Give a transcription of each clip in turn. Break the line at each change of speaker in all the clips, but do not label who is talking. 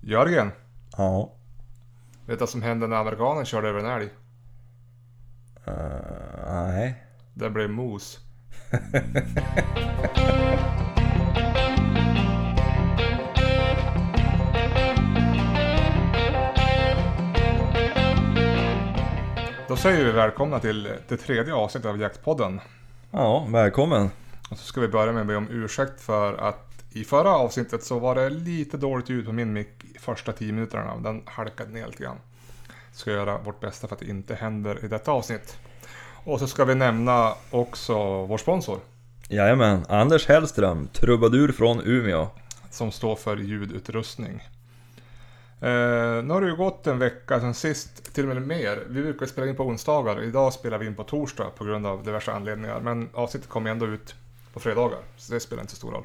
Jörgen, vet
Ja.
du vad som hände när amerikanen körde över en älg?
Eh, nej.
Den blev mos. Då säger vi välkomna till det tredje avsnittet av Jaktpodden.
Ja, välkommen.
Och så ska vi börja med att be om ursäkt för att i förra avsnittet så var det lite dåligt ljud på min mick i första 10 minuterna. Den halkade ner lite grann. Ska göra vårt bästa för att det inte händer i detta avsnitt. Och så ska vi nämna också vår sponsor
Jajamän, Anders Hellström, trubadur från Umeå.
som står för ljudutrustning. Eh, nu har det ju gått en vecka sedan sist, till och med mer. Vi brukar spela in på onsdagar, idag spelar vi in på torsdag på grund av diverse anledningar. Men avsnittet kommer ändå ut på fredagar, så det spelar inte så stor roll.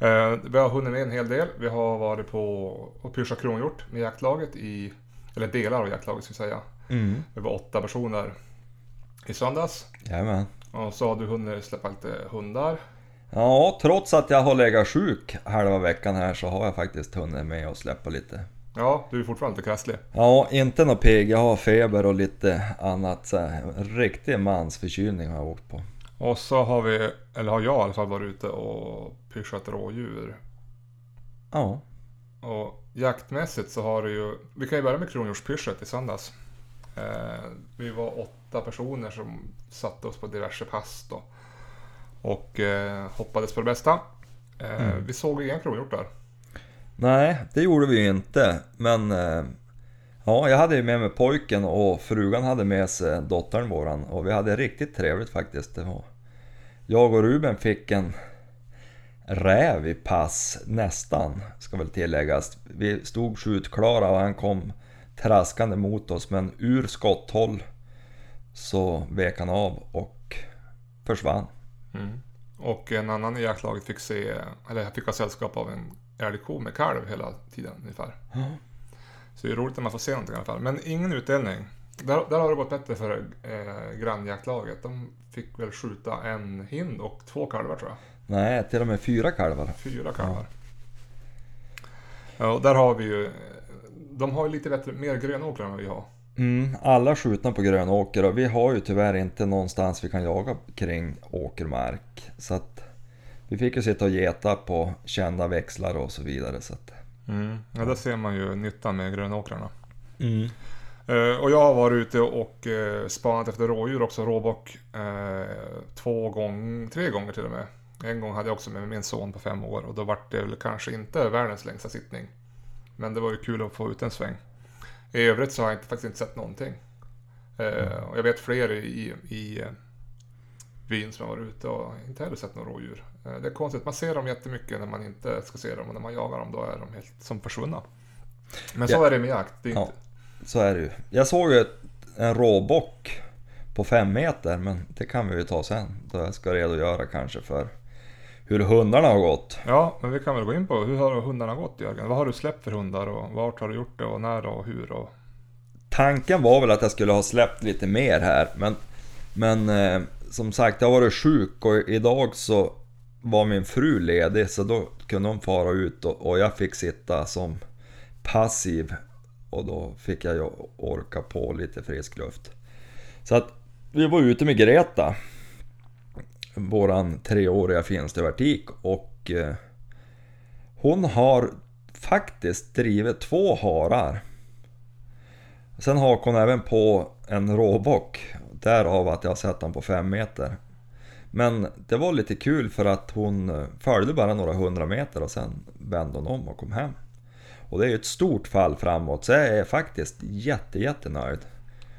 Eh, vi har hunnit med en hel del. Vi har varit på och pyschat kronhjort med jaktlaget i, eller delar av jaktlaget ska jag säga.
Mm.
Vi var åtta personer i söndags.
Jajamän.
Och så har du hunnit släppa lite hundar.
Ja, trots att jag har legat sjuk halva veckan här så har jag faktiskt hunnit med att släppa lite.
Ja, du är fortfarande lite krasslig.
Ja, inte något pigg. Jag har feber och lite annat. Så här. En Riktig mansförkylning har jag åkt på.
Och så har vi, eller har jag i alla fall varit ute och pyschat rådjur.
Ja.
Och jaktmässigt så har det ju, vi kan ju börja med kronhjortspyschet i söndags. Eh, vi var åtta personer som satte oss på diverse pass då. Och eh, hoppades på det bästa. Eh, Vi såg ju inga kronhjortar.
Nej, det gjorde vi ju inte. Men eh, ja, jag hade ju med mig pojken och frugan hade med sig dottern våran. Och vi hade riktigt trevligt faktiskt. Det var. Jag och Ruben fick en räv i pass, nästan, ska väl tilläggas. Vi stod skjutklara och han kom traskande mot oss. Men ur skotthåll så vek han av och försvann.
Och en annan i jaktlaget fick se, eller fick ha sällskap av en älgko med kalv hela tiden ungefär. Så det är roligt när man får se någonting i alla fall. Men ingen utdelning. Där, där har det gått bättre för eh, grannjaktlaget. De fick väl skjuta en hind och två kalvar tror jag.
Nej, till och med fyra kalvar.
Fyra kalvar. Ja, och där har vi ju... De har ju lite bättre, mer grönåkrar än vad vi har.
Mm, alla skjutna på grönåker och vi har ju tyvärr inte någonstans vi kan jaga kring åkermark. Så att vi fick ju sitta och geta på kända växlar och så vidare. Så att,
Ja, där ser man ju nyttan med grönåkrarna. Eh, och jag har varit ute och eh, spanat efter rådjur också, råbock. Eh, två gånger, tre gånger till och med. En gång hade jag också med min son på fem år och då var det väl kanske inte världens längsta sittning. Men det var ju kul att få ut en sväng. I övrigt så har jag inte, faktiskt inte sett någonting. Eh, och jag vet fler i, i, i eh, byn som har varit ute och inte heller sett några rådjur. Eh, det är konstigt, man ser dem jättemycket när man inte ska se dem och när man jagar dem då är de helt som försvunna. Men så
Ja.
är det med jakt. Det är
Ja.
inte,
så är det ju. Jag såg ju ett, en råbock på fem meter men det kan vi ju ta sen. Då jag ska redogöra kanske för hur hundarna har gått.
Ja, men vi kan väl gå in på hur har hundarna gått Jörgen? Vad har du släppt för hundar och vart har du gjort det och när och hur? Och...
Tanken var väl att jag skulle ha släppt lite mer här men, men eh, som sagt jag har varit sjuk och idag så var min fru ledig så då kunde hon fara ut och, och jag fick sitta som passiv och då fick jag ju orka på lite frisk luft. Så att vi var ute med Greta, våran treåriga finstövertik och eh, hon har faktiskt drivit två harar. Sen hakade hon även på en råbock. Därav att jag har sett honom på fem meter. Men det var lite kul för att hon eh, följde bara några hundra meter och sen vände hon om och kom hem. Och det är ju ett stort fall framåt så jag är faktiskt jätte, jättenöjd.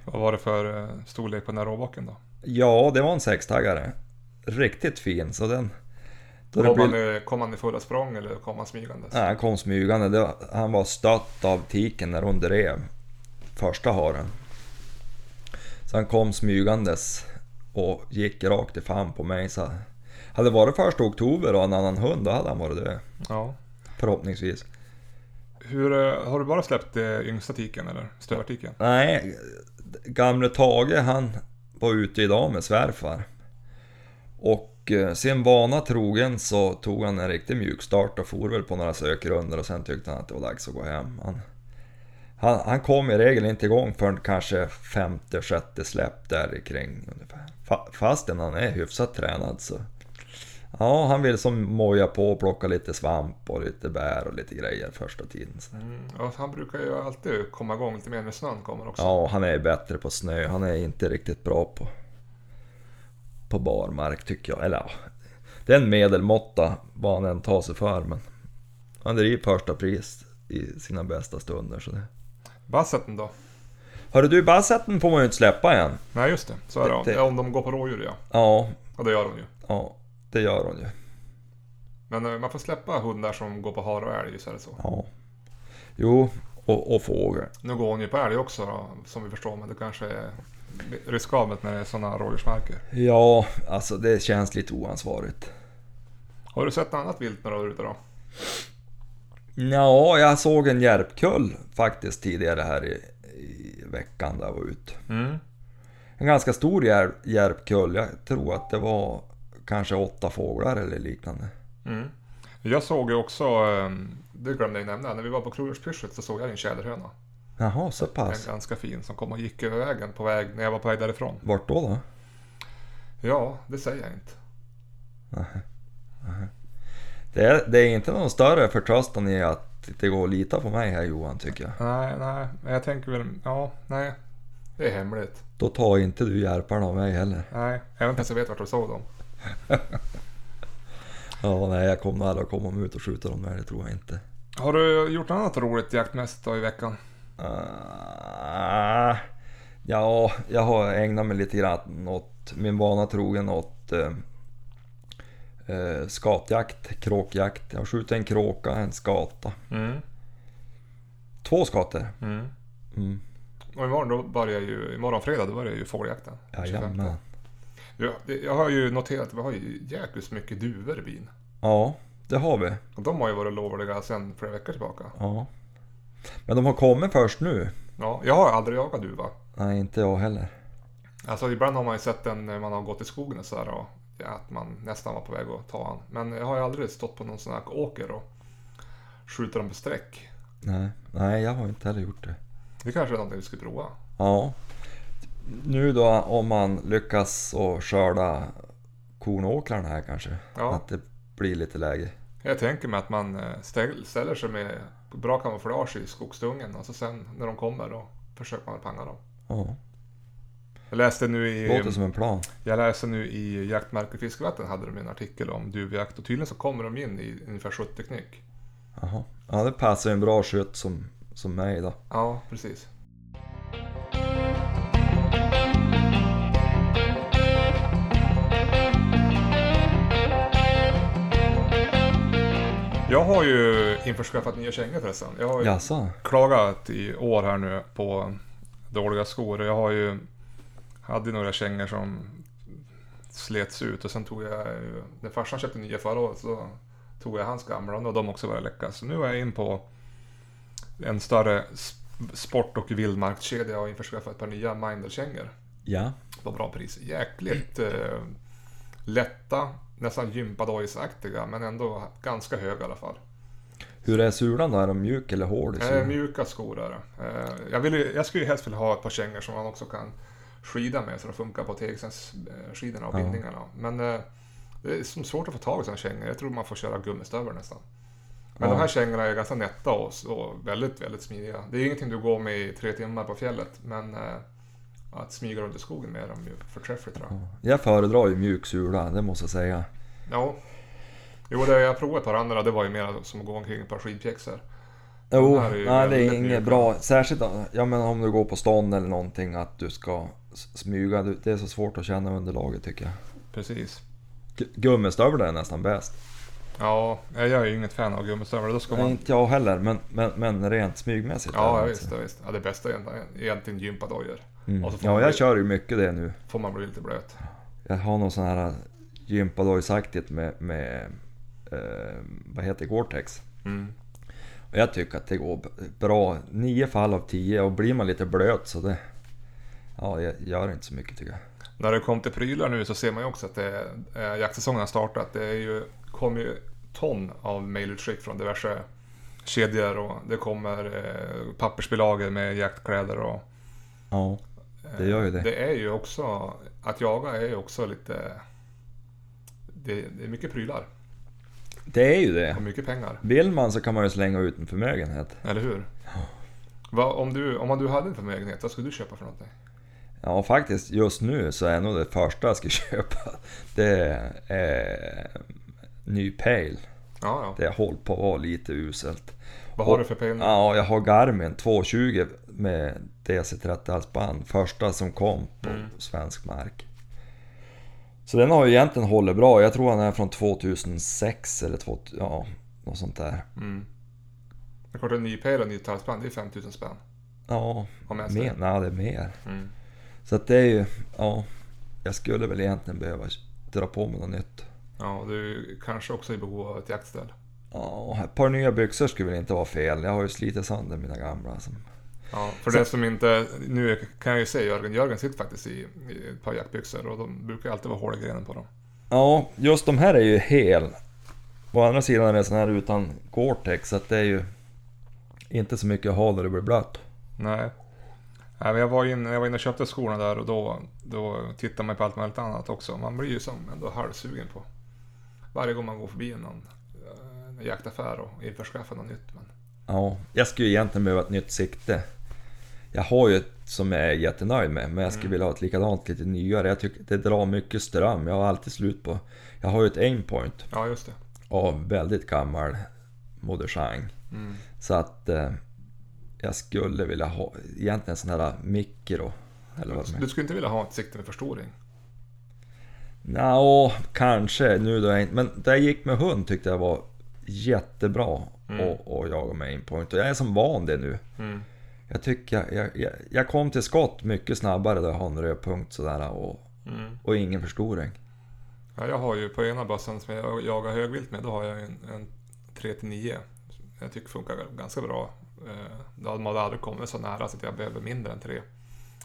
Vad var det för eh, storlek på den här råbocken då?
Ja, det var en sextaggare. Riktigt fin så den... Då det
Kom,
blir-
han, eh, kom han i fulla språng eller kom han smygandes?
Nej, han kom smygande. Det var, han var stött av tiken när hon drev första haren. Så han kom smygandes och gick rakt i famn på mig. Så hade det varit första oktober och en annan hund, då hade han varit död.
Ja.
Förhoppningsvis.
Hur, eh, har du bara släppt eh, yngsta tiken eller stövartiken?
Nej, gamle Tage han var ute idag med svärfar. Och Och eh, sin vana trogen så tog han en riktig mjukstart och for väl på några sökrundor och sen tyckte han att det var dags att gå hem. Han, han, han kom i regel inte igång förrän kanske femte, sjätte släpp där kring ungefär. Fa, fastän han är hyfsat tränad så. Ja, han vill som moja på och plocka lite svamp och lite bär och lite grejer första tiden. Så.
Mm, och han brukar ju alltid komma igång lite mer när snön kommer också.
Ja, han är bättre på snö. Han är inte riktigt bra på, på barmark tycker jag. Eller ja, det är en medelmåtta vad han än tar sig för. Men han driver första pris i sina bästa stunder. Så det.
Basseten då?
Hörru du, basseten får man ju inte släppa än.
Nej just det, så är det.
Det-
Ja, Om de går på rådjur ja.
Ja,
Ja det gör de ju.
ja, det gör hon ju.
Men eh, man får släppa hundar som går på hare och älg, så är det så.
Ja. Jo, och, och fågel.
Nu går hon ju på älg också då, som vi förstår, men det kanske är riskabelt när det är sådana rådjursmarker.
Ja, alltså det känns lite oansvarigt.
Har du sett något annat vilt när du är ute då?
Ja, jag såg en järpkull faktiskt tidigare här i, i veckan där jag var ute.
Mm.
En ganska stor järp, järpkull. Jag tror att det var kanske åtta fåglar eller liknande.
Mm. Jag såg ju också, eh, det glömde jag nämna, när vi var på Kronhjortspyrschet så såg jag en tjäderhöna.
Jaha, så
En
pass.
ganska fin som kom och gick över vägen på väg, när jag var på väg därifrån.
Vart då då?
Ja, det säger jag inte.
Det är, det är inte någon större förtröstan i att det går att lita på mig här Johan tycker jag.
Nej, nej, men jag tänker väl, ja, nej. Det är hemligt.
Då tar inte du järparna av mig heller.
Nej, även fast jag vet vart du såg dem.
Ja, nej jag kommer nog aldrig att komma ut och skjuta dem där, det tror jag inte.
Har du gjort något annat roligt jaktmässigt då i veckan?
Ah, ja, jag har ägnat mig lite grann åt, min vana trogen, åt eh, eh, skatjakt, kråkjakt. Jag har skjutit en kråka, en skata.
Mm.
Två skator.
Mm.
Mm.
Och imorgon då börjar ju, imorgon fredag då börjar ju fågeljakten. 25.
Jajamän.
Ja, det- jag har ju noterat att vi har ju jäkligt mycket duvor i byn.
Ja, det har vi.
Och de har ju varit lovliga sedan flera veckor tillbaka.
Ja. Men de har kommit först nu.
Ja, jag har aldrig jagat duva.
Nej, inte jag heller.
Alltså ibland har man ju sett den när man har gått i skogen och sådär och ja, att man nästan var på väg att ta han. Men jag har ju aldrig stått på någon sån här åker och skjutit dem på sträck.
Nej, nej jag har inte heller gjort det.
Det kanske är någonting vi ska prova.
Ja. Nu då om man lyckas och skörda kornåkrarna här kanske.
Ja.
Att det blir lite läge.
Jag tänker mig att man eh, ställ- ställer sig med bra kamouflage i skogsdungen och så sen när de kommer då försöker man panga dem.
Ja,
Jag läste nu i,
låter som en plan.
jag läste nu i Jaktmark och fiskevatten hade de en artikel om duvjakt och tydligen så kommer de in i ungefär 70 knyck.
Jaha. Ja, det passar ju en bra skytt som, som mig då.
Ja, precis. Jag har ju införskaffat nya kängor förresten. Jag har ju
Jaså?
klagat i år här nu på dåliga skor. Jag har ju, hade några kängor som slets ut och sen tog jag ju, när farsan köpte nya förra året så tog jag hans gamla och de också började läcka. Så nu är jag in på en större sp- sport och vildmarkskedja och införskaffat ett par nya Mindel-kängor
Ja.
på bra pris. Jäkligt eh, lätta, nästan gympadojsaktiga men ändå ganska höga i alla fall.
Hur är sulan då? Är den Äh, mjuk eller hård i
Eh,
sulan?
mjuka skor är det. Eh, jag, vill ju, jag skulle ju helst vilja ha ett par kängor som man också kan skida med så de funkar på TXNs eh, skidorna och
Ja.
bindningarna. Men eh, det är som svårt att få tag i sådana kängor. Jag tror man får köra gummistövlar nästan. Men
Ja.
de här kängorna är ganska nätta och, s- och väldigt, väldigt smidiga. Det är ingenting du går med i tre timmar på fjället, men eh, att smyga runt i skogen med dem är ju förträffligt tror jag.
Jag föredrar ju mjuk sula, det måste jag säga.
Ja. Jo, det jag provade ett par andra, det var ju mer som att gå omkring i ett par skidpjäxor.
Jo,
Den här är ju
nej, det är
väldigt
inget
mjuk.
bra. Särskilt eh, ja, men om du går på stånd eller någonting att du ska s- smyga. Du- Det är så svårt att känna underlaget tycker jag.
Precis.
Gu- Gummistövlar är nästan bäst.
Ja, eh, jag är ju inget fan av gummistövlar. Då ska
Nej,
man
inte jag heller, men, men, men rent smygmässigt. är
Ja,
det
ja,
alltså.
visst, ja, visst. Ja, det bästa är egentligen- egentligen gympadojor.
Mm.
Och så får,
Ja,
man
jag
bli,
kör ju mycket det nu.
får man bli lite blöt.
Jag har någon sån här eh, gympadojsaktigt med, med eh, vad heter det, Gore-Tex.
Mm.
Och jag tycker att det går b- bra. Nio fall av tio och blir man lite blöt så det... Ja, jag gör inte så mycket tycker jag.
När det kom till prylar nu så ser man ju också att det, eh, jaktsäsongen har startat. Det är ju, kommer ju ton av mailutskick från diverse kedjor och det kommer eh, pappersbilagor med jaktkläder och...
Ja,
eh,
Det gör ju det.
Det är ju också... Att jaga är ju också lite... Det, det är mycket prylar
det är ju det.
och mycket pengar,
Vill man så kan man ju slänga ut en förmögenhet.
eller hur? Va, om, du, om du hade en förmögenhet, vad skulle du köpa för någonting?
Ja, faktiskt just nu så är nog det första jag ska köpa, det är ny pejl.
Ja, ja.
Det har hållit på att vara lite uselt.
Vad har du för pengar?
Ja, jag har Garmin 220 med DC30 halsband. Första som kom på svensk mark. Så den har ju egentligen hållit bra. Jag tror han är från 2006 eller 2000, ja, något sånt där.
Mm. Det är klart, en ny pejl och en ny talsband, det är 5000 spänn.
Ja,
Om ens
mer,
det.
nej, det är mer.
Alltså. Mm.
Så att det är ju, ja. Jag skulle väl egentligen behöva dra på mig något nytt.
Ja, och du är kanske också i behov av ett jaktställ.
Ja, ett par nya byxor skulle väl inte vara fel. Jag har ju slitit sönder mina gamla. Som...
Ja, för det som inte... Nu kan jag ju säga Jörgen, Jörgen sitter faktiskt i, i ett par jaktbyxor och de brukar alltid vara hål i grenen på dem.
Ja, just de här är ju hel. Å andra sidan är det sån här utan Gore-Tex så att det är ju inte så mycket hal där det blir blött.
Nej. Nej, men jag var inne, jag var inne och köpte skorna där och då, då tittar man på allt möjligt annat också. Man blir ju som ändå halvsugen på... Varje gång man går förbi någon eh, jaktaffär och införskaffar något nytt. Men,
Ja, jag skulle ju egentligen behöva ett nytt sikte. Jag har ju ett som jag är jättenöjd med, men jag skulle vilja ha ett likadant, lite nyare. Jag tycker det drar mycket ström. Jag har alltid slut på... Jag har ju ett aimpoint
ja, just det.
av väldigt gammal modersang.
Mm.
Så att eh, jag skulle vilja ha egentligen sån här mikro. Eller vad de heter.
Du skulle inte vilja ha ett sikte med förstoring?
Nja, kanske nu då jag inte... Men där jag gick med hund tyckte jag var jättebra och, och jaga med inpoint. Och jag är som van det nu.
Mm.
Jag tycker jag, jag, jag, jag kom till skott mycket snabbare då jag har en rödpunkt sådär och,
Mm.
och ingen förstoring.
Ja, jag har ju på ena bössan som jag jagar högvilt med, då har jag en, en 3-9. som Jag tycker funkar ganska bra. Eh, De hade aldrig kommit så nära så att jag behöver mindre än 3.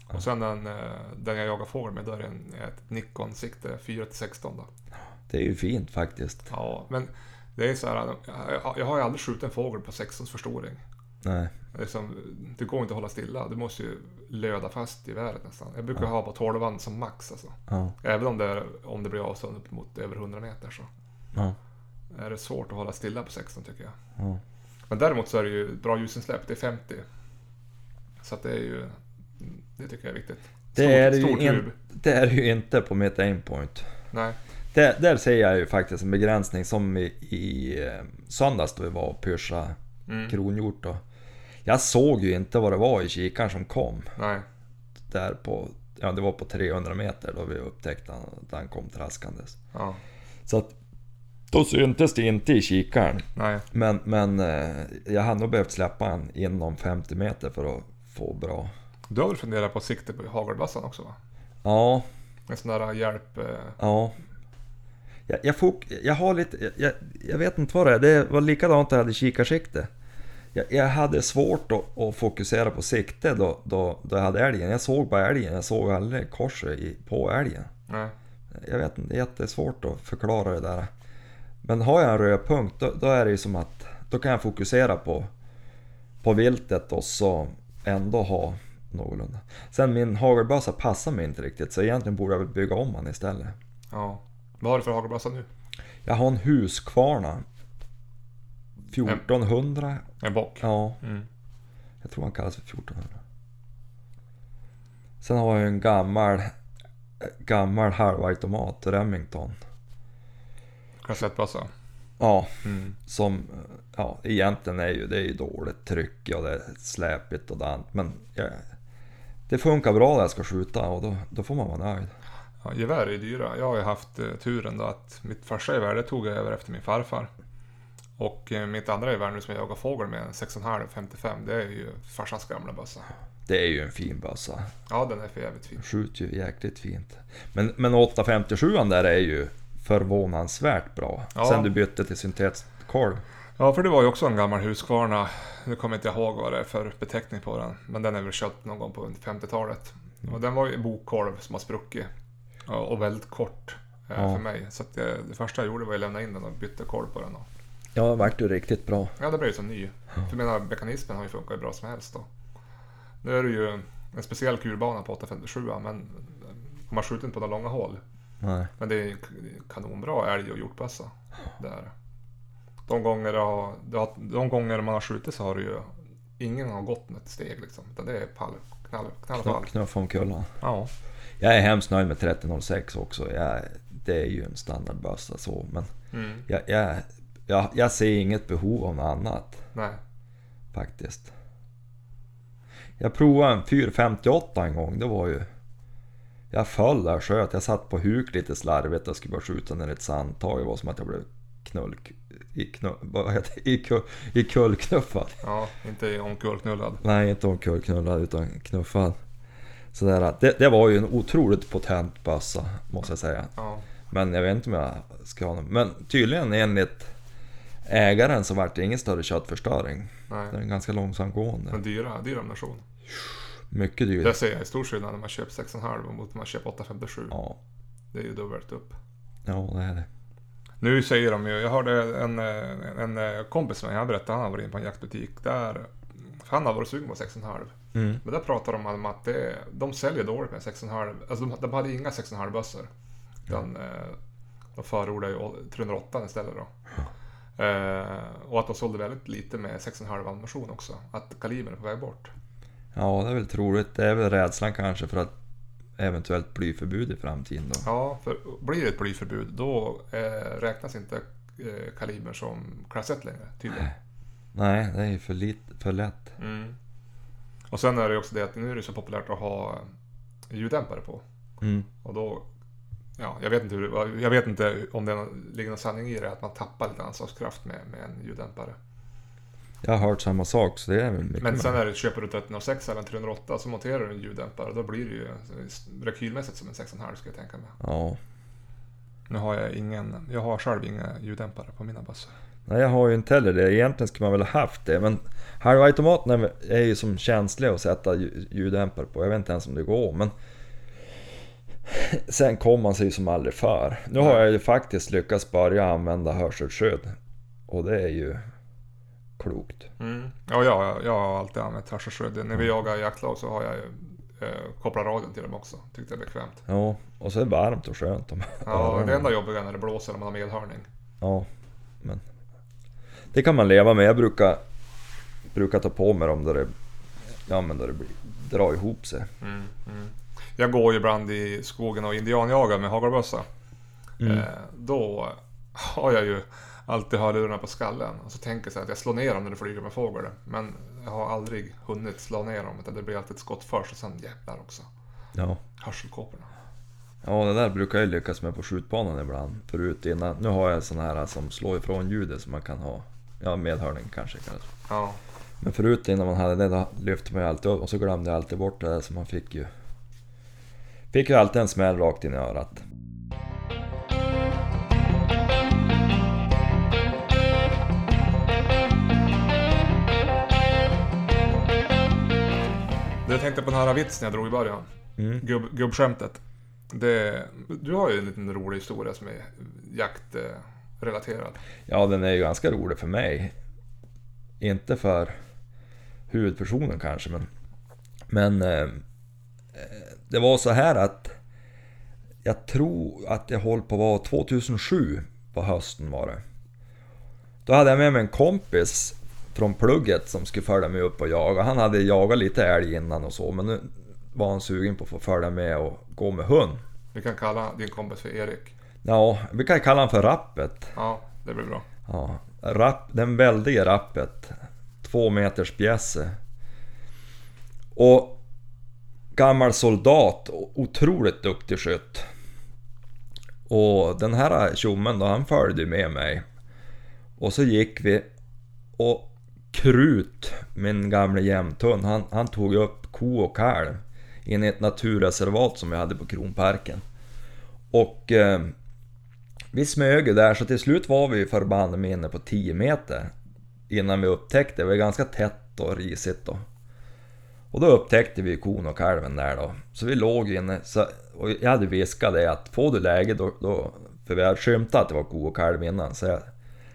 Och sen den, eh, den jag jagar fågel med, då är det en, ett Nikon-sikte 4-16 då.
Det är ju fint faktiskt.
Ja, men det är så här, jag- jag har ju aldrig skjutit en fågel på 16 förstoring.
Nej.
Liksom, det går inte att hålla stilla, du måste ju löda fast geväret nästan. Jag brukar ha på 12 som max alltså.
Ja,
Även om det, är, om det blir avstånd upp mot över 100 meter så.
ja,
är det svårt att hålla stilla på 16 tycker jag.
ja.
Men däremot så är det ju bra ljusinsläpp, det är 50. Så att det är ju... Det tycker jag är viktigt.
Det, är det,
stor
ju
tub.
in, det är det ju inte på mitt aimpoint.
Nej.
Där, där ser jag ju faktiskt en begränsning som i, i eh, söndags då vi var och pyrsade
Mm.
kronhjort. Då. Jag såg ju inte vad det var i kikaren som kom.
Nej.
Där på, ja, det var på 300 meter då vi upptäckte han att han kom traskandes.
Ja.
Så att, då syntes det inte i kikaren.
Nej.
Men, men eh, jag hade nog behövt släppa han inom 50 meter för att få bra.
Du har väl funderat på sikte på hagelbassan också va?
Ja,
En sån där hjälp... Eh,
Ja. Jag, jag, fok, jag har lite... Jag, jag, jag vet inte vad det är. Det var likadant när jag hade kikarsikte. Jag, jag hade svårt att, att fokusera på sikte då, då, då jag hade älgen. Jag såg bara älgen. Jag såg aldrig korset i, på älgen.
nej.
Jag vet inte, det är jättesvårt att förklara det där. Men har jag en röd punkt då, då är det ju som att då kan jag fokusera på, på viltet och så ändå ha någorlunda. Sen min hagelbössa passar mig inte riktigt så egentligen borde jag väl bygga om han istället.
Ja. Vad har du för hagelbassa nu?
Jag har en Husqvarna 1400.
En bock?
Ja,
Mm.
jag tror han kallas för 1400. Sen har jag en gammal, gammal halvautomat Remington.
Kassettbassa?
Ja,
Mm.
som ja, egentligen är ju, det är ju dåligt tryck och det är släpigt och dant. Men jag, det funkar bra när jag ska skjuta och då, då får man vara nöjd.
Ja, gevär är ju dyra. Jag har ju haft eh, turen då att mitt första gevär det tog jag över efter min farfar. Och eh, mitt andra gevär nu som jag jagar fågel med, en 6,5 55, det är ju farsans gamla bössa.
Det är ju en fin bössa.
Ja, den är för jävligt fin.
Skjuter ju jäkligt fint. Men, men 857 där är ju förvånansvärt bra.
Ja.
Sen du bytte till syntetkolv.
Ja, för det var ju också en gammal Husqvarna. Nu kommer inte jag ihåg vad det är för beteckning på den. Men den är väl köpt någon gång på 50-talet. Och den var ju bokolv som har spruckit. Ja, Och väldigt kort eh,
Ja.
för mig. Så att det, det första jag gjorde var att lämna in den och bytte koll på den. Och,
Ja, den vart ju riktigt bra.
ja, det blev ju som ny. För jag menar, mekanismen har ju funkat hur bra som helst då. Nu är det ju en speciell kulbana på 857 men och man skjuter inte på några långa hål.
Nej.
Men det är ju en kanonbra älg och hjortbössa. Det är det. De gånger, det har, det har, de gånger man har skjutit så har det ju ingen har gått ett steg liksom. Utan det är pall, knall, knall,
Knuff-
knall.
Knuff om kullan.
Ja.
Jag är hemskt nöjd med 3006 också. Jag, det är ju en standardbössa så, men
Mm.
jag, jag, jag, jag ser inget behov av något annat
Nej.
faktiskt. Jag provade en 458 en gång, det var ju... Jag föll där och sköt, jag satt på huk lite slarvigt och skulle bara skjuta ner ett sandtag. Det var som att jag blev knull... I, knull, vad heter det? I, kull, i kullknuffad.
Ja, inte omkullknullad.
Nej, inte omkullknullad utan knuffad. Sådär, att det, det var ju en otroligt potent bössa, måste jag säga.
Ja.
Men jag vet inte om jag ska ha någon. Men tydligen enligt ägaren så vart det ingen större köttförstöring.
Nej.
Den är ganska långsamgående.
Men dyra, dyr ammunition.
Mycket
Där
dyr.
ser jag en stor skillnad när man köper 6,5 mot när man köper 8,57.
Ja,
Det är ju dubbelt upp.
ja det är det.
Nu säger de ju, jag hörde en, eh, en eh, kompis med mig, han berättade att han har varit inne på en jaktbutik där, för han har varit sugen på 6,5.
Mm.
Men där pratar de om att det, de säljer dåligt med 6,5, alltså de, de hade inga 6,5 bössor. Utan eh, de förordar ju 308 istället då. Eh, och att de sålde väldigt lite med 6,5 ammunition också. Att kalibern är på väg bort.
Ja, det är väl troligt. Det är väl rädslan kanske för att eventuellt blyförbud i framtiden då.
Ja, för blir det ett blyförbud då eh, räknas inte eh, kalibern som klass 1 längre tydligen.
Nej, det är ju för, lit, för lätt.
Mm. Och sen är det ju också det att nu är det så populärt att ha ljuddämpare på.
Mm.
Och då, ja, jag vet inte, hur, det- jag vet inte om det ligger någon sanning i det, att man tappar lite anslagskraft med, med en ljuddämpare.
Jag har hört samma sak så det är väl mycket
Men sen
möjligt.
är det, köper du 1306 eller en 308 så monterar du en ljuddämpare och då blir det ju rekylmässigt som en 6,5 ska jag tänka mig.
Ja.
Nu har jag ingen, jag har själv inga ljuddämpare på mina bössor.
Nej, jag har ju inte heller det. Egentligen skulle man väl ha haft det. Men halvautomaten är- är ju som känslig att sätta lju- ljuddämpare på. Jag vet inte ens om det går. Men sen kom man sig ju som aldrig för. Nu har jag ju faktiskt lyckats börja använda hörselskydd. Och det är ju klokt.
Mm. Ja, jag, jag har alltid använt hörselskydd. När vi jagar jaktlag så har jag ju, eh, kopplat radion till dem också. Tyckte det är bekvämt.
Ja, och så är det varmt och skönt. Om
Ja, det enda jobbiga är när det blåser och man har medhörning.
Ja, men det kan man leva med. Jag brukar, brukar ta på mig dem där det, ja, men där det blir, drar ihop sig.
Mm, mm. Jag går ju ibland i skogen och indianjagar med hagelbössa. Eh, då har jag ju alltid hörlurarna på skallen och så tänker jag så här att jag slår ner dem när det flyger med fåglar. Men jag har aldrig hunnit slå ner dem utan det blir alltid ett skott först och sen jävlar också.
Ja.
Hörselkåporna.
Ja, det där brukar jag lyckas med på skjutbanan ibland. Förut innan. Nu har jag sån här som slår ifrån ljudet som man kan ha. Ja, medhörning kanske. kanske.
Ja,
Men förut innan man hade det, då lyfte man ju alltid upp och så glömde jag alltid bort det där så man fick ju... Fick ju alltid en smäll rakt in i örat.
du jag tänkte på den här vitsen jag drog i början.
Mm.
Gubb, gubbskämtet. Det, du har ju en liten rolig historia som är jaktrelaterad.
Ja, den är ju ganska rolig för mig. Inte för huvudpersonen kanske, men... Men... Eh, eh, det var så här att... Jag tror att det höll på att vara 2007 på hösten var det. Då hade jag med mig en kompis från plugget som skulle följa med upp och jaga. Han hade jagat lite älg innan och så, men nu var han sugen på att få följa med och gå med hund.
Vi kan kalla din kompis för Erik.
Ja, vi kan kalla honom för Rappet.
Ja, det blir bra.
Ja, rapp, den väldige rappet. Två meters pjäse. Och gammal soldat, o- otroligt duktig skytt. Och den här tjommen då, han följde ju med mig. Och så gick vi och Krut, min gamle jämthund, han, han tog upp ko och kalv in i ett naturreservat som vi hade på Kronparken. Och eh, vi smög ju där så till slut var vi ju förbannade med inne på 10 meter. Innan vi upptäckte, det var ju ganska tätt och risigt då. Och då upptäckte vi kon och kalven där då. Så vi låg inne så, och jag hade viskat det att får du läge då, då... För vi hade skymtat att det var ko och kalv innan så jag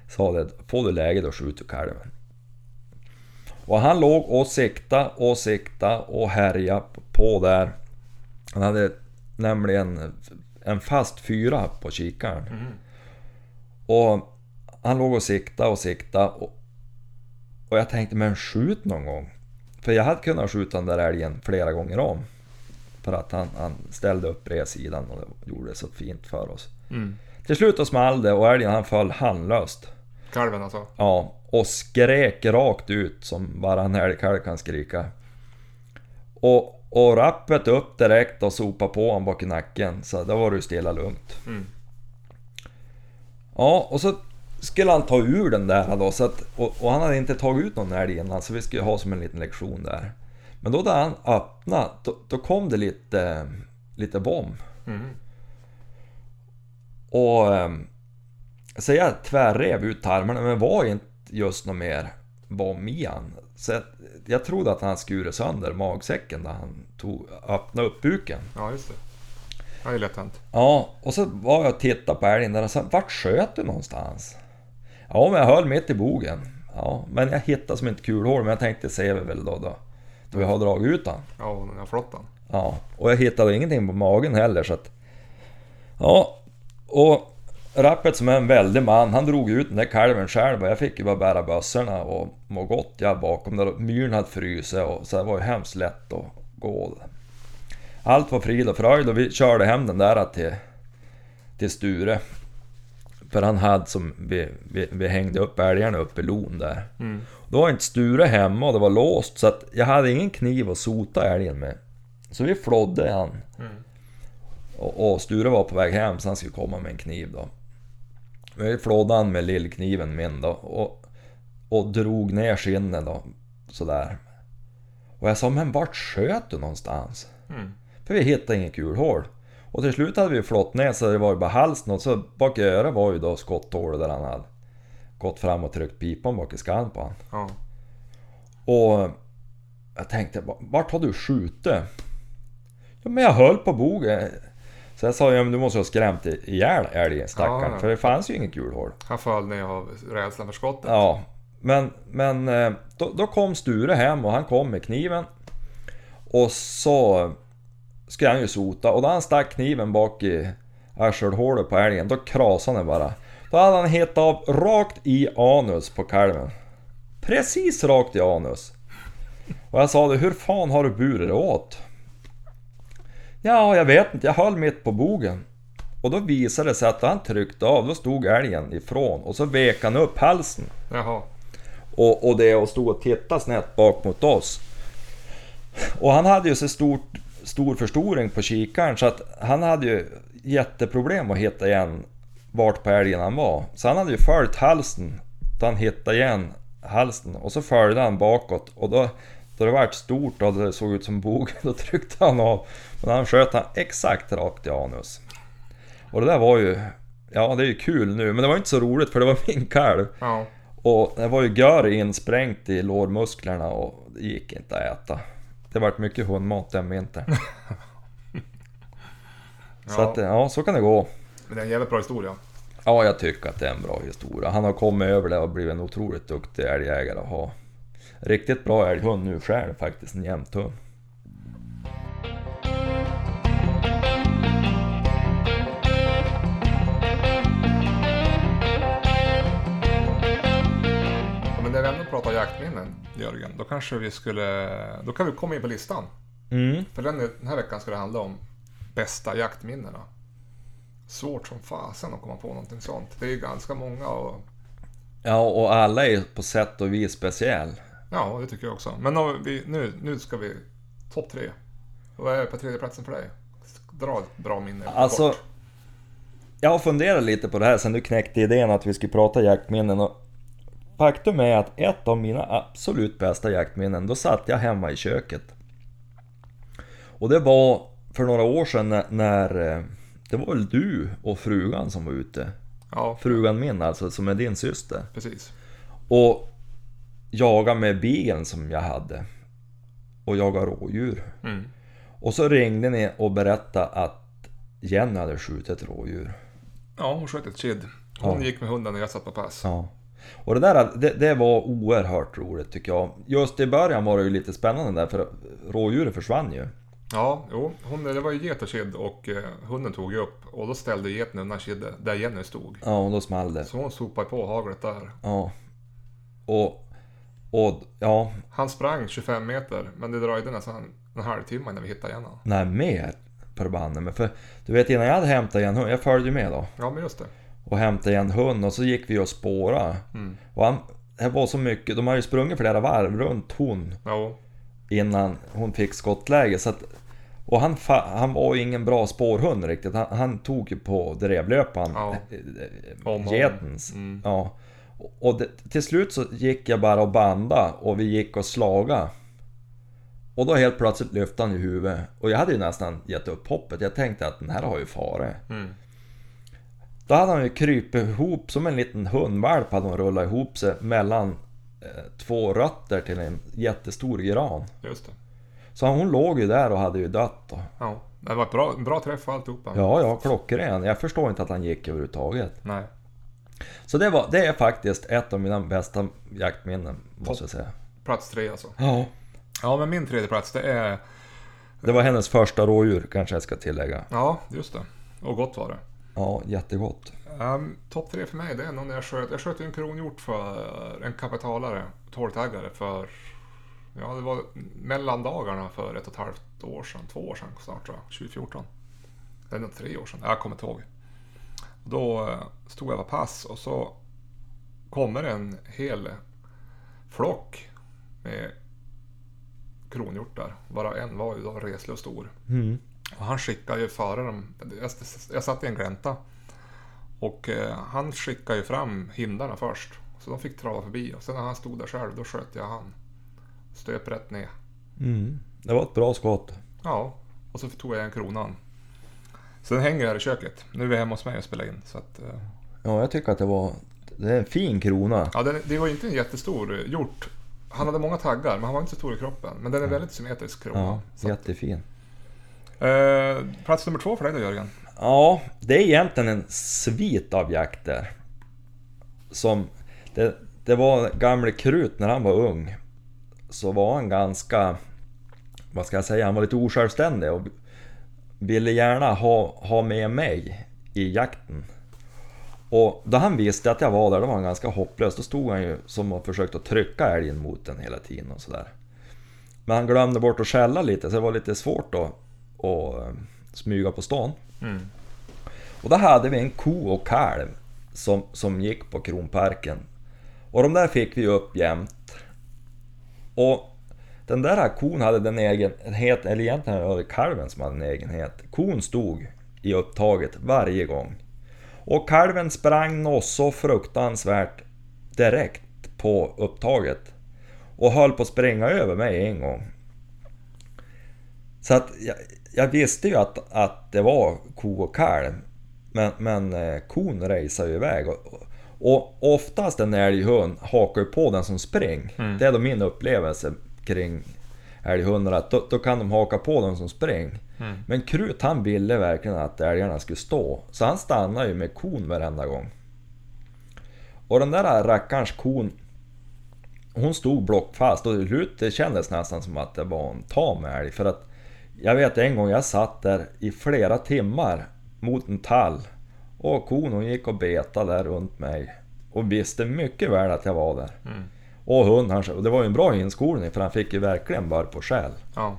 sa det får du läge då skjuter du kalven. Och han låg och sikta och sikta och härja på där. Han hade nämligen en fast fyra på kikaren.
Mm.
Och han låg och sikta och sikta och, och jag tänkte, men skjut någon gång. För jag hade kunnat skjuta den där älgen flera gånger om. För att han, han ställde upp bredsidan och gjorde det så fint för oss.
Mm.
Till slut då small det och älgen han föll handlöst.
Kalven alltså.
Ja, och skrek rakt ut som bara en älgkalv kan skrika. Och, och rappet upp direkt och sopa på honom bak i nacken. Så då var det ju stilla lugnt.
Mm.
Ja, och så skulle han ta ur den där då, så att, och, och han hade inte tagit ut någon älg innan, så vi skulle ha som en liten lektion där. Men då när han öppnade, då, då kom det lite, lite bomb.
Mm.
Och ehm, så jag tvärrev ut tarmarna, men var inte just något mer bomb i han. Så jag, jag trodde att han skure sönder magsäcken när han tog, öppnade upp buken.
Ja, just det. Ja, det är lätt hänt.
Ja, och så var jag och tittade på älgen där och sa vart sköt du någonstans? Ja, men jag höll mitt i bogen. Ja, men jag hittade som inte kulhål, men jag tänkte se vi väl då då. Då jag har dragit ut den.
Ja, och den här flottan.
Ja, och jag hittade ingenting på magen heller så att... Ja, och Rappet som är en väldig man, han drog ut den där kalven själv och jag fick ju bara bära bössorna och må gott jag bakom där. Myren hade frusit och så det var ju hemskt lätt att gå. Allt var frid och fröjd och vi körde hem den där till, till Sture. För han hade som, vi, vi, vi hängde upp älgarna uppe i lon där.
Mm.
Då var inte Sture hemma och det var låst så att jag hade ingen kniv att sota älgen med. Så vi flådde han.
Mm.
Och, och Sture var på väg hem så han skulle komma med en kniv då. Men vi flådde han med lillkniven min då och, och drog ner skinnet då. Sådär. Och jag sa, men vart sköt du någonstans?
Mm.
För vi hittade inget kulhål. Och till slut hade vi flått ner så det var ju bara halsen och så bak i örat var ju då skotthålet där han hade gått fram och tryckt pipan bak i skallen på han.
Ja.
Och jag tänkte, vart har du skjutit? Ja, men jag höll på bogen. Så jag sa, ja, men du måste ha skrämt i- ihjäl älgen stackaren,
Ja.
för det fanns ju inget kulhål.
Han föll ner av rädslan för skottet.
Ja, men, men eh, då, då kom Sture hem och han kom med kniven. Och så skulle han ju sota och då han stack kniven bak i arselhålet på älgen, då krasade den bara. Då hade han hittat av rakt i anus på kalven. Precis rakt i anus. Och jag sa det, hur fan har du burit det åt? Ja, jag vet inte, jag höll mitt på bogen. Och då visade det sig att när han tryckte av, då stod älgen ifrån och så vek han upp halsen
Jaha.
och, och det och stod och tittade snett bak mot oss. Och han hade ju så stort, stor förstoring på kikaren så att han hade ju jätteproblem att hitta igen vart på älgen han var. Så han hade ju följt halsen då han hittade igen halsen och så följde han bakåt och då, då det vart stort och det såg ut som bogen då tryckte han av. Men han sköt han exakt rakt i anus. Och det där var ju, ja det är ju kul nu men det var inte så roligt för det var min kalv.
Ja.
Och det var ju gör insprängt i lårmusklerna och det gick inte att äta. Det vart mycket hundmat den vintern. Så
Ja.
att, eh. ja, så kan det gå.
Men det är en jävligt bra historia.
Ja, jag tycker att det är en bra historia. Han har kommit över det och blivit en otroligt duktig älgjägare och har riktigt bra älghund nu själv faktiskt, en jämthund.
Ja, men när vi ändå pratar jaktminnen, Jörgen, då kanske vi skulle... Då kan vi komma in på listan.
Mm.
För den, den här veckan ska det handla om bästa jaktminnena. Svårt som fasen att komma på någonting sånt. Det är ju ganska många och...
Ja, och alla är på sätt och vis speciell.
Ja, det tycker jag också. Men om vi, nu, nu ska vi... Topp tre. Vad är på tredje platsen för dig? Dra ett bra minne. kort.
Alltså, jag har funderat lite på det här sen du knäckte idén att vi skulle prata jaktminnen och faktum är att ett av mina absolut bästa jaktminnen, då satt jag hemma i köket. Och det var för några år sedan när, när eh, det var väl du och frugan som var ute.
Ja,
Frugan min alltså, som är din syster.
precis.
Och jaga med bilen som jag hade. och jagade rådjur.
Mm.
Och så ringde ni och berättade att Jenny hade skjutit rådjur.
Ja, hon sköt ett kid. Hon
Ja.
gick med hunden när jag satt på pass.
Ja. Och det där det, det var oerhört roligt tycker jag. Just i början var det ju lite spännande där för rådjuret försvann ju.
Ja, jo. Hon, det var ju get och kid och eh, hunden tog ju upp. Och då ställde geten undan kidden där Jenny stod.
Ja, och då small det.
Så hon sopade på haglet där.
Ja. Och, och ja,
Han sprang 25 meter, men det dröjde nästan en halvtimme innan vi hittade igen honom.
nej mer förbanne mig. För du vet innan jag hade hämtat igen hund, jag följde ju med då.
Ja, men just det.
och hämtade igen hund och så gick vi och spårade.
Mm.
Och han, det var så mycket, de hade ju sprungit flera varv runt hon
Jo.
innan hon fick skottläge. Så att, och han, fa- han var ju ingen bra spårhund riktigt. Han, han tog ju på drevlöparen,
Ja.
eh,
Om och om.
getens.
Mm.
Ja. Och- Och det, till slut så gick jag bara och banda och vi gick och slaga. Och då helt plötsligt lyfte han ju huvudet. Och jag hade ju nästan gett upp hoppet. Jag tänkte att den här har ju farit.
Mm.
Då hade han ju krypit ihop som en liten hundvalp hade hon rullat ihop sig mellan eh, två rötter till en jättestor gran.
Just det.
Så hon låg ju där och hade ju dött då.
Ja. Det var ett bra, en bra träff och alltihopa.
Ja, ja, klockren. Jag förstår inte att han gick överhuvudtaget.
Nej.
Så det, var, det är faktiskt ett av mina bästa jaktminnen, måste jag säga.
Plats tre alltså.
Ja.
Ja, men min tredje plats det är...
Det var hennes första rådjur, kanske jag ska tillägga.
Ja, just det. Och gott var det.
Ja, jättegott.
Um, Topp tre för mig, det är nog när jag sköt. Jag sköt ju en kronhjort för en kapitalare, torrtaggare, för... Ja, det var mellandagarna för ett och ett halvt år sedan. Två år sedan snart tror jag. 2014. Eller nog tre år sedan. Jag kommer inte ihåg. Då eh, stod jag på pass och så kommer en hel flock med kronhjortar. Varav en var ju då reslig och stor.
Mm.
Och han skickade ju före dem. Jag, jag satt i en glänta. Och eh, han skickade ju fram hindarna först. Så de fick trava förbi. Och sen när han stod där själv, då sköt jag han. Stöp rätt ner.
Mm. Det var ett bra skott.
Ja, och så tog jag en kronan. Sen hänger jag här i köket. Nu är vi hemma hos mig och spelar in. Så att, eh,
Ja, jag tycker att det var... Det är en fin krona.
ja, den, det var ju inte en jättestor eh, hjort. Han hade många taggar, men han var inte så stor i kroppen. Men den är väldigt symmetrisk krona.
Ja,
Så att,
jättefin.
eh, plats nummer två för dig då Jörgen.
Ja, det är egentligen en svit av jakter. Som... Det, det var gamle Krut när han var ung. Så var han ganska... Vad ska jag säga? Han var lite osjälvständig och ville gärna ha, ha med mig i jakten. Och då han visste att jag var där, då var han ganska hopplös. Då stod han ju som och försökte att trycka älgen mot den hela tiden och sådär. Men han glömde bort att skälla lite, så det var lite svårt då att eh, smyga på stan.
Mm.
Och då hade vi en ko och kalv som, som gick på Kronparken. Och de där fick vi upp jämt. Och den där här kon hade den egenhet, eller egentligen var det kalven som hade en egenhet. Kon stod i upptaget varje gång. Och kalven sprang något så fruktansvärt direkt på upptaget. Och höll på att springa över mig en gång. Så att jag, jag visste ju att, att det var ko och kalv. Men, men eh, kon racear ju iväg. Och, och oftast en älghund hakar ju på den som springer. Det är då min upplevelse kring älghundar. Att då, då kan de haka på den som springer. Men Krut han ville verkligen att älgarna skulle stå. Så han stannade ju med kon varenda gång. Och den där rackarns kon hon stod blockfast och till slut det kändes nästan som att det var en tam älg. För att jag vet en gång jag satt där i flera timmar mot en tall och kon hon gick och betade där runt mig och visste mycket väl att jag var där.
Mm.
Och hund han, och det var ju en bra inskolning för han fick ju verkligen bör på skäl.
Ja.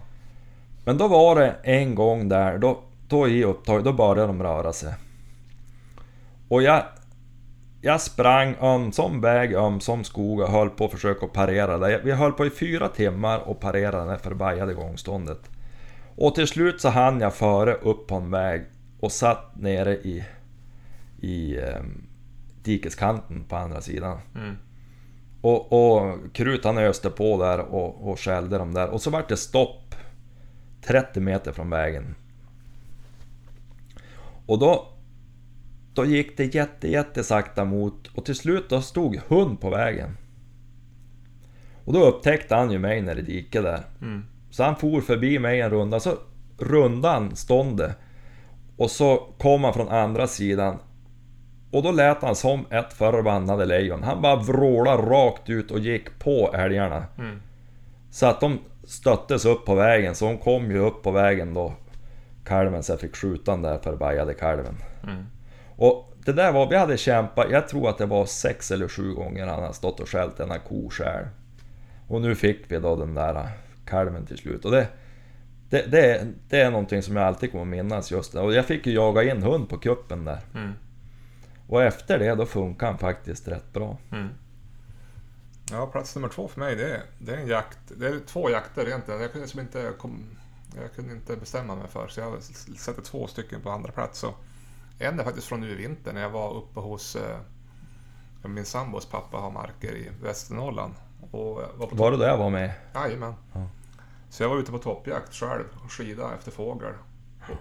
Men då var det en gång där, då, då i upptaget, då började de röra sig. Och jag, jag sprang ömsom väg, ömsom skog och höll på att försöka parera det. Vi höll på i fyra timmar och parerade det här förbajade gångståndet. Och till slut så hann jag före upp på en väg och satt nere i, i eh, dikeskanten på andra sidan.
Mm.
Och, och Krut han öste på där och, och skällde dem där. Och så vart det stopp 30 meter från vägen. Och då, då gick det jätte, jättesakta mot och till slut då stod hund på vägen. Och då upptäckte han ju mig nere i diket där.
Mm.
Så han for förbi mig en runda, så rundan ståndet. Och så kom han från andra sidan. Och då lät han som ett förbannade lejon. Han bara vrålade rakt ut och gick på älgarna.
Mm.
Så att de stöttes upp på vägen, så hon kom ju upp på vägen då. Kalven, så jag fick skjuta den där förbajade kalven.
Mm.
Och det där var, vi hade kämpat, jag tror att det var sex eller sju gånger han hade stått och skällt denna ko själv. Och nu fick vi då den där kalven till slut. Och det, det, det, är- det är någonting som jag alltid kommer minnas just det. Och jag fick ju jaga in hund på kuppen där.
Mm.
Och efter det då funkar han faktiskt rätt bra.
Mm. Ja, plats nummer två för mig, det är, det är en jakt. Det är två jakter egentligen. Jag kunde, liksom inte, kom, jag kunde inte bestämma mig för, så jag s- sätter två stycken på andra plats. Så en är faktiskt från nu i vinter när jag var uppe hos eh, min sambos pappa har marker i Västernorrland. Och jag var på
Var det där jag var med?
Jajamän.
Ja.
Så jag var ute på toppjakt själv, och skida efter fågel.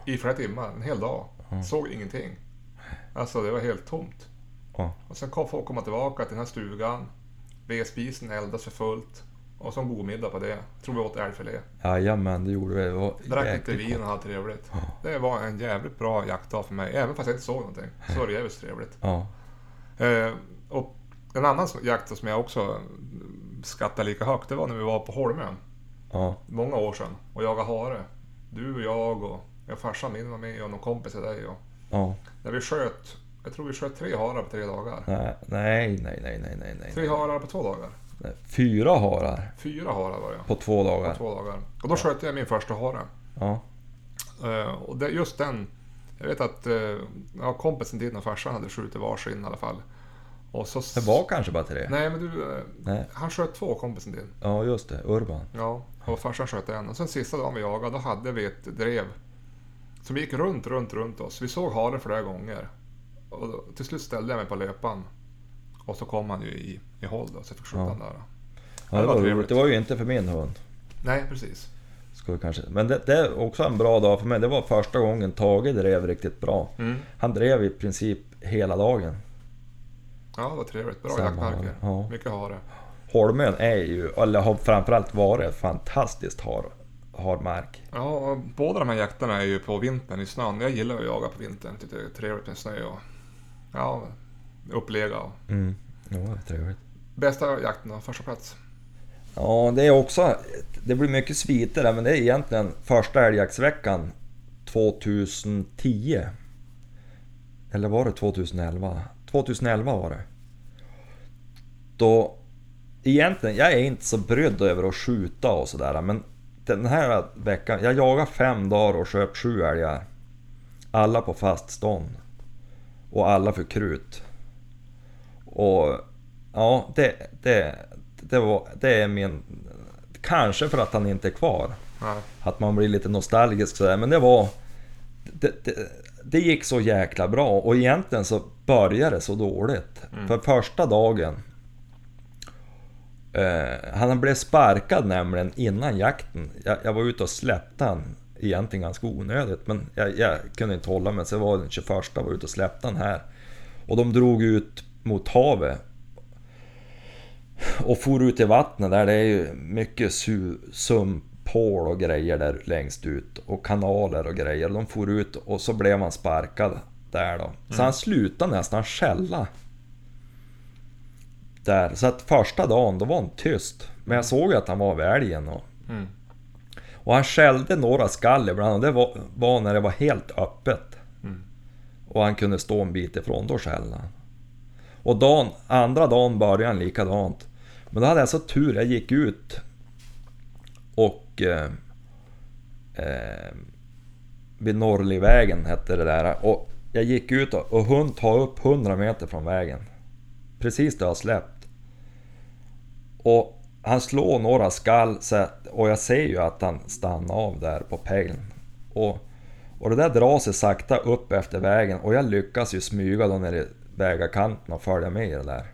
I flera timmar, en hel dag. Såg ingenting. Alltså det var helt tomt.
Ja.
Och sen kom folk komma tillbaka till den här stugan. Vedspisen eldas för fullt. Och så en god middag på det. Tror vi åt älgfilé.
Jajamän, det gjorde vi. Det var
Drack lite
jäkligt
vin
gott.
och hade trevligt. Det var en jävligt bra jaktdag för mig. Även fast jag inte såg någonting. Så var det jävligt trevligt.
Ja.
Eh, och en annan jakt som jag också skattar lika högt, det var när vi var på Holmön
ja.
många år sedan och jaga hare. Du och jag och jag farsan min var med och någon kompis till dig. Och
Ja.
när vi sköt, jag tror vi sköt tre harar på tre dagar.
Nej, nej, nej, nej, nej, nej, nej.
Tre harar på två dagar.
Nej, Fyra harar
Fyra harar var jag.
på två
På
dagar.
två dagar. Och då sköt jag min första hare.
Ja.
Eh, och det, just den, jag vet att eh, ja, kompisen till din och farsan hade skjutit varsin i alla fall. Och så,
Det var kanske bara tre?
Nej men du, eh,
Nej.
han sköt två kompisen din.
Ja, just det. Urban.
Ja, och farsan sköt en. Och sen sista dagen vi jagade, då hade vi ett drev som gick runt, runt, runt oss. Vi såg haren flera gånger. Och då, till slut ställde jag mig på löpan. Och så kom han ju i, i håll då, så jag fick skjuta
Ja.
han där.
Ja,
det
det,
var
var
trevligt.
roligt. det var ju inte för min hund.
Nej, precis.
Skulle kanske. Men det, det är också en bra dag för mig. Det var första gången Tage drev riktigt bra.
Mm.
Han drev i princip hela dagen.
Ja, det var trevligt. Bra
Samma
jaktmarker.
hare, ja.
Mycket hare.
Holmön är ju, eller har framförallt varit, fantastiskt har, har mark.
Ja, och båda de här jakterna är ju på vintern i snön. Jag gillar att jaga på vintern. Tycker det är trevligt med snö och ja, upplega. Och.
Mm. Ja, det är trevligt.
Bästa jakten då, första plats.
Ja, det är också... Det blir mycket sviter där, men det är egentligen första älgjaktsveckan 2010. Eller var det 2011? 2011 var det. Då... Egentligen, jag är inte så brydd över att skjuta och sådär, men den här veckan... Jag jagade fem dagar och sköt sju älgar. Alla på fast stånd. Och alla för krut. Och ja, det, det, det, var, det är min... Kanske för att han inte är kvar.
Nej.
Att man blir lite nostalgisk sådär. Men det var... Det, det, det gick så jäkla bra och egentligen så började det så dåligt. För första dagen... Eh, han blev sparkad nämligen innan jakten. Jag, jag var ute och släppte han egentligen ganska onödigt. Men jag, jag kunde inte hålla mig. Så jag var den 21 jag var ute och släppte han här. Och de drog ut mot havet och for ut i vattnet där, det är ju mycket su- sumpål och grejer där längst ut och kanaler och grejer. De for ut och så blev han sparkad där då.
Mm.
Så han slutade nästan skälla. Där, så att första dagen då var han tyst. Men jag såg ju att han var vid älgen och,
Mm.
och han skällde några skall ibland och det var, var när det var helt öppet.
Mm.
Och han kunde stå en bit ifrån, då skällde han. Och dagen, andra dagen började han likadant. Men då hade jag så tur, jag gick ut och eh, eh, vid Norrlivägen hette det där. Och jag gick ut och, och hund tar upp 100 meter från vägen. Precis där jag släppt. Och han slår några skall så att, och jag ser ju att han stannar av där på pejlen. Och, och det där drar sig sakta upp efter vägen och jag lyckas ju smyga då ner i vägakanten och följa med i det där.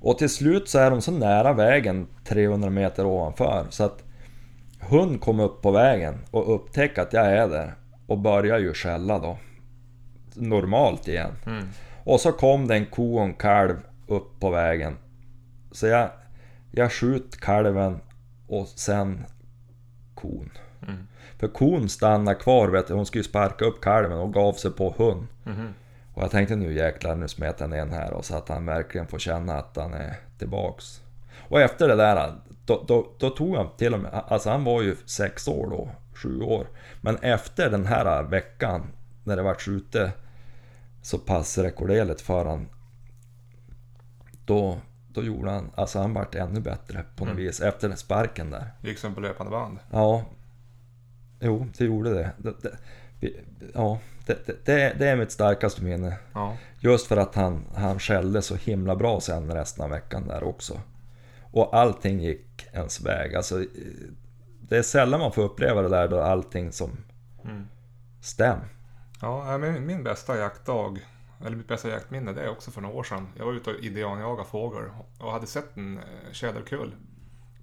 Och till slut så är de så nära vägen 300 meter ovanför så att hund kom upp på vägen och upptäckte att jag är där och börjar ju skälla då. Normalt igen.
Mm.
Och så kom det en ko och en kalv upp på vägen. Så jag, jag sköt kalven och sen kon.
Mm.
För kon stannade kvar, vet du, hon skulle ju sparka upp kalven och gav sig på hund.
Mhm.
Och jag tänkte nu jäklar, nu smet han in här och så att han verkligen får känna att han är tillbaks. Och efter det där, då, då, då tog han till och med, alltså han var ju sex år då, sju år. Men efter den här veckan, när det vart skjutet, så passade rekorderligt för han. Då, då gjorde han, alltså han vart ännu bättre på något vis efter den sparken där.
Gick som på löpande band.
Ja. Jo, det gjorde det. det, det vi- ja, det, det- det, det är mitt starkaste minne.
Ja.
Just för att han, han skällde så himla bra sen resten av veckan där också. Och allting gick ens väg. Alltså, eh, det är sällan man får uppleva det där då allting som
Mm.
stäm.
Ja, nej, min, min bästa jaktdag, eller mitt bästa jaktminne, det är också för några år sedan. Jag var ute och indianjagade fågel och hade sett en eh, tjäderkull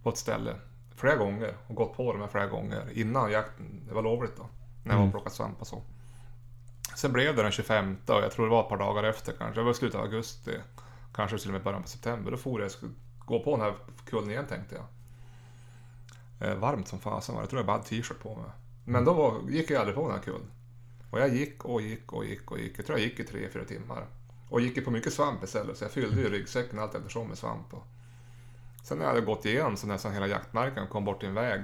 på ett ställe flera gånger och gått på dem här flera gånger innan jakten, det var lovligt då, när jag var och plockade svamp och så. Sen blev det den 25 och jag tror det var ett par dagar efter kanske, det var i slutet av augusti, kanske till och med början på september. Då for jag och skulle gå på den här kullen igen tänkte jag. Eh, varmt som fasen var det, jag tror jag bara hade t-shirt på mig. Men då var, gick jag aldrig på den här kullen. Och jag gick och gick och gick och gick. Jag tror jag gick i tre, fyra timmar. Och gick ju på mycket svamp istället, så jag fyllde ju ryggsäcken allt eftersom med svamp. Och... Sen när jag hade gått igenom så nästan hela jaktmarken och kom bort till en väg.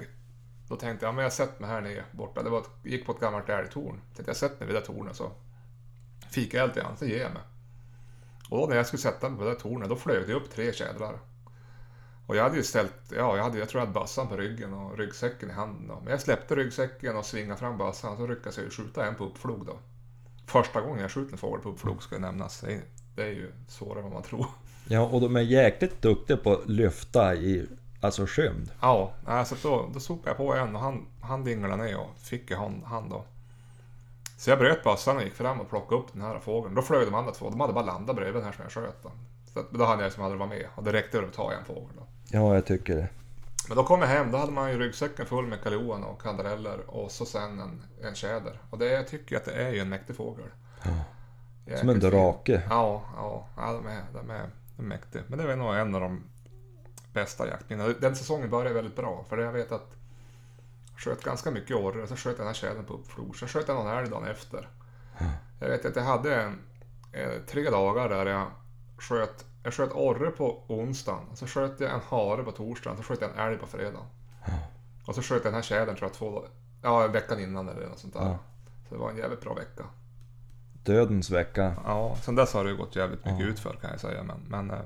Då tänkte jag, ja, men jag sätter mig här nere borta. Det var ett, gick på ett gammalt älgtorn. Tänkte jag sätter mig vid det tornet så fikar jag lite grann, så ger jag mig. Och då när jag skulle sätta mig på det där tornet, då flög det upp tre tjädrar. Och jag hade ju ställt, ja jag, hade, jag tror jag hade bössan på ryggen och ryggsäcken i handen. Då. Men jag släppte ryggsäcken och svingade fram bössan så lyckades jag ju skjuta en på uppflog då. Första gången jag skjuter en fågel på uppflog ska det nämnas. Det är, det är ju svårare än vad man tror.
Ja, och de är jäkligt duktiga på att lyfta i alltså skymd.
Ja, nej, så då, då sopade jag på en och han, han dinglade ner och fick i hand, hand då. Så jag bröt bössan och gick fram och plockade upp den här fågeln. Då flög de andra två, de hade bara landat bredvid den här som jag sköt. Då, så att, då hade jag som aldrig var med och det räckte väl att ta en fågel då.
Ja, jag tycker det.
Men då kom jag hem, då hade man ju ryggsäcken full med kaloan och kandareller och så sen en, en tjäder. Och det, jag tycker att det är ju en mäktig fågel. Jäkligt
Som en
fin.
drake.
Ja, ja, ja de, är, de, är, de är mäktiga. Men det var nog en av de bästa jaktminnena. Den säsongen började väldigt bra, för jag vet att jag sköt ganska mycket orre, så sköt jag den här tjädern på uppflor, sen sköt jag någon älg dagen efter. Jag vet att jag hade en, eh, tre dagar där jag sköt, jag sköt orre på onsdagen, och så sköt jag en hare på torsdagen, så sköt jag en älg på fredagen. Och så sköt jag den här tjädern tror jag två dagar, ja veckan innan eller något sånt där.
Ja.
Så det var en jävligt bra vecka.
Dödens vecka.
Ja, sen dess har det ju gått jävligt mycket utför kan jag säga. Men, men eh,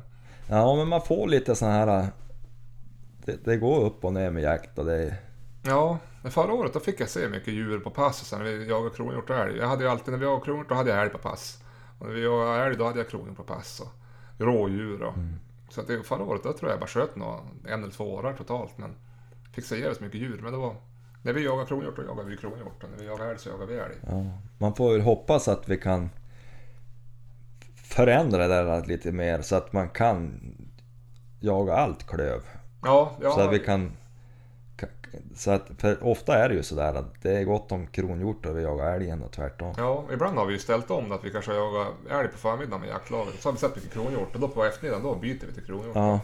Ja, men man får lite sån här... eh, Det, det går upp och ner med jakt och det...
ja, men förra året då fick jag se mycket djur på pass och sen när vi jagade kronhjort och älg. Jag hade ju alltid, när vi jagade kronhjort då hade jag älg på pass. Och när vi jagade älg då hade jag kronhjort på pass. Och rådjur och...
Mm.
Så att det, förra året då tror jag jag bara sköt nå- en eller två årar totalt. Men fick se jävligt mycket djur. Men det var... När vi jagade kronhjort då jagade vi kronhjort. Och när vi jagade älg så jagade vi älg.
Ja, man får väl hoppas att vi kan förändra det där lite mer så att man kan jaga allt klöv.
Ja, ja.
Så att vi kan... Så att, för ofta är det ju sådär att det är gott om kronhjort och vi jagar älgen och tvärtom.
Ja, ibland har vi ju ställt om att vi kanske jagar älg på förmiddagen med jaktlaget. Så har vi sett mycket kronhjort och då på eftermiddagen då byter vi till kronhjort.
Ja,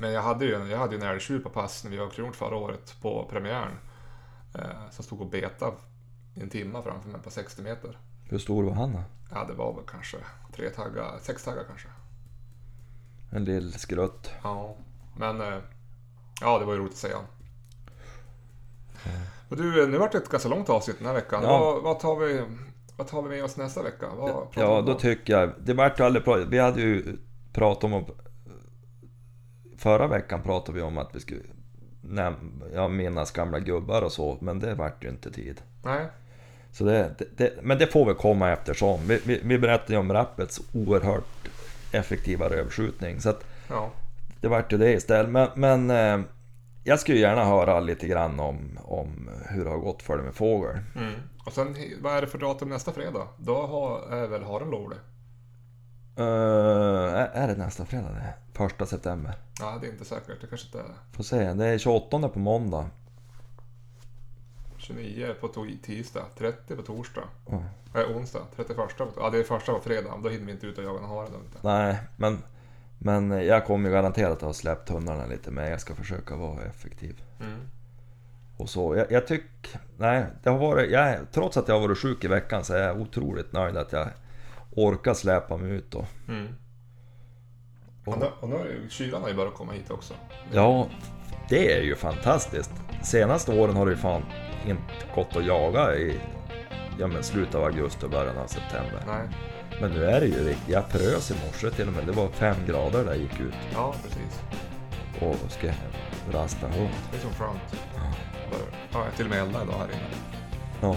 Men jag hade ju, jag hade ju en älgtjur på pass när vi jagade kronhjort förra året på premiären. Eh, som stod och beta i en timme framför mig på 60 meter.
hur stor var han då?
Ja, det var väl kanske tre taggar, sex taggar kanske.
En lill skrutt.
Ja, men eh, ja, det var ju roligt att säga. Och du, eh, nu vart det ett ganska långt avsnitt den här veckan.
Eh. Ja.
Vad, vad, tar vi, vad tar vi med oss nästa vecka? Vad pratar vi
Ja,
om
då tycker jag... Det vart ju aldrig bra. Vi hade ju pratat om... Att, förra veckan pratade vi om att vi skulle näm- ja, minnas gamla gubbar och så, men det vart ju inte tid.
Nej,
Så det, det, det, men det får väl komma eftersom. Vi, vi, vi berättade ju om Rappets oerhört effektiva rövskjutning. Så att
ja.
det vart ju det istället. Men, men eh, jag skulle ju gärna höra lite grann om, om hur det har gått för dig med fågel.
Mm. Och sen, vad är det för datum nästa fredag? Då har, är väl haren lovlig?
Eh, är- är det nästa fredag det? Första september.
Nej, det är inte säkert. Det kanske inte är
Får se, det är 28 på måndag.
29 på to- tisdag, 30 på torsdag,
Mm.
eh, onsdag, 31 på Ja, det är första på fredag. Då hinner vi inte ut och jaga någon hare då inte.
Nej, men, men jag kommer ju garanterat att ha släppt hundarna lite men jag ska försöka vara effektiv.
Mm.
Och så, jag, jag tycker... Nej, det har varit, jag, trots att jag har varit sjuk i veckan så är jag otroligt nöjd att jag orkar släpa mig ut. Och,
Mm. Och nu, och nu är ju, kylan har ju börjat komma hit också.
ja, det är ju fantastiskt. Senaste åren har det ju fan inte gått att jaga i ja, men slutet av augusti och början av september.
Nej.
Men nu är det ju riktigt... Jag frös i morse till och med. Det var fem grader där jag gick ut
Ja, precis.
och ska rasta hund.
Det är som skönt. Bara- Ja, jag till och med elda idag här inne.
Ja.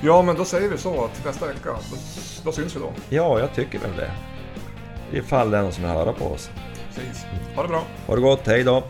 Ja, men då säger vi så till nästa vecka. Då, då syns vi då.
ja, jag tycker väl det. Ifall det är någon som vill höra på oss.
Precis. Ha det bra.
Ha det gott, hej då!